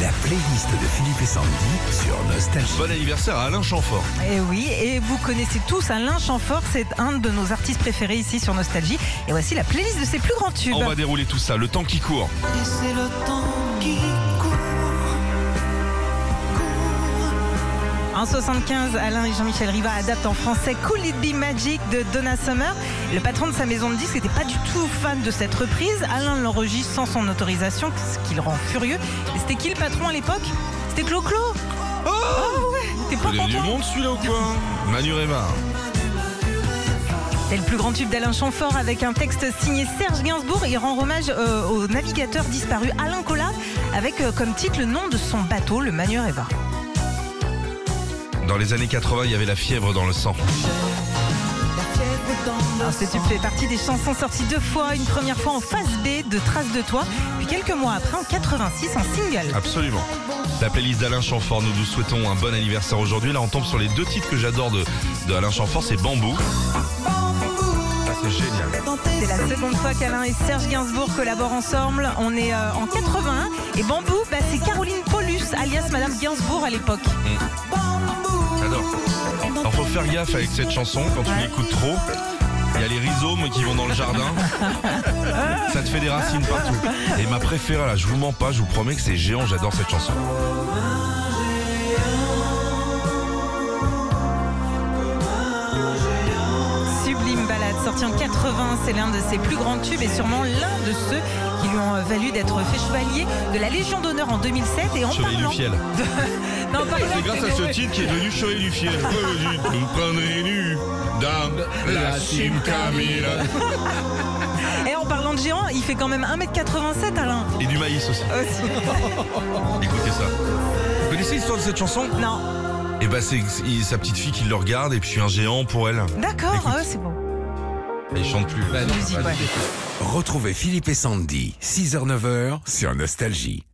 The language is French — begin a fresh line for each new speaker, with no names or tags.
La playlist de Philippe et Sandy sur Nostalgie.
Bon anniversaire à Alain Chamfort.
Et Eh oui, et vous connaissez tous Alain Chamfort, c'est un de nos artistes préférés ici sur Nostalgie. Et voici la playlist de ses plus grands tubes.
On va dérouler tout ça, le temps qui court.
Et c'est le temps qui court, court.
En 75, Alain et Jean-Michel Riva adaptent en français Cool It Be Magic de Donna Summer. Le patron de sa maison de disques n'était pas du tout fan de cette reprise. Alain l'enregistre sans son autorisation, ce qui le rend furieux. Et C'était qui le patron à l'époque C'était Clo-Clo Oh, ouais T'es pas
Il y a du
content Mmh.
monde celui-là ou quoi Manu Réma.
C'est le plus grand tube d'Alain Chamfort avec un texte signé Serge Gainsbourg. Il rend hommage euh, au navigateur disparu Alain Collat avec euh, comme titre le nom de son bateau, le Manureva.
Dans les années 80, il y avait la fièvre dans le sang.
Alors, ce tube fait partie des chansons sorties deux fois, une première fois en face B de Trace de Toi, puis quelques mois après en 86 en single.
Absolument. La playlist d'Alain Chamfort, nous nous souhaitons un bon anniversaire aujourd'hui. Là, on tombe sur les deux titres que j'adore de, de Alain Chamfort, c'est Bambou. Ça, c'est génial.
C'est la seconde fois qu'Alain et Serge Gainsbourg collaborent ensemble. On est euh, en 81 et Bambou, bah, c'est Caroline Paulus, alias Madame Gainsbourg à l'époque.
J'adore. Alors, faut faire gaffe avec cette chanson quand tu l'écoutes trop. Il y a les rhizomes qui vont dans le jardin. Ça te fait des racines partout. Et ma préférée, là, je vous mens pas, je vous promets que c'est géant, j'adore cette chanson.
Sublime balade sortie en 80, c'est l'un de ses plus grands tubes et sûrement l'un de ceux qui lui ont euh, valu d'être fait chevalier de la Légion d'honneur en 2007 et en
Chevalier du
parlant.
fiel.
Non, par
C'est
exemple,
grâce à
c'est-
ce titre qui est devenu Chevalier du Fiel. Nous prendrez nu dans la cime Camille.
Et en parlant de géant, il fait quand même 1m87 Alain.
Et du maïs aussi. Écoutez ça. Vous connaissez l'histoire de cette chanson
Non.
Et bah c'est c'est sa petite fille qui le regarde et puis je suis un géant pour elle.
D'accord, ah ouais, c'est bon.
Elle chante plus.
Musique, ouais.
Retrouvez Philippe et Sandy, 6h-9h sur Nostalgie.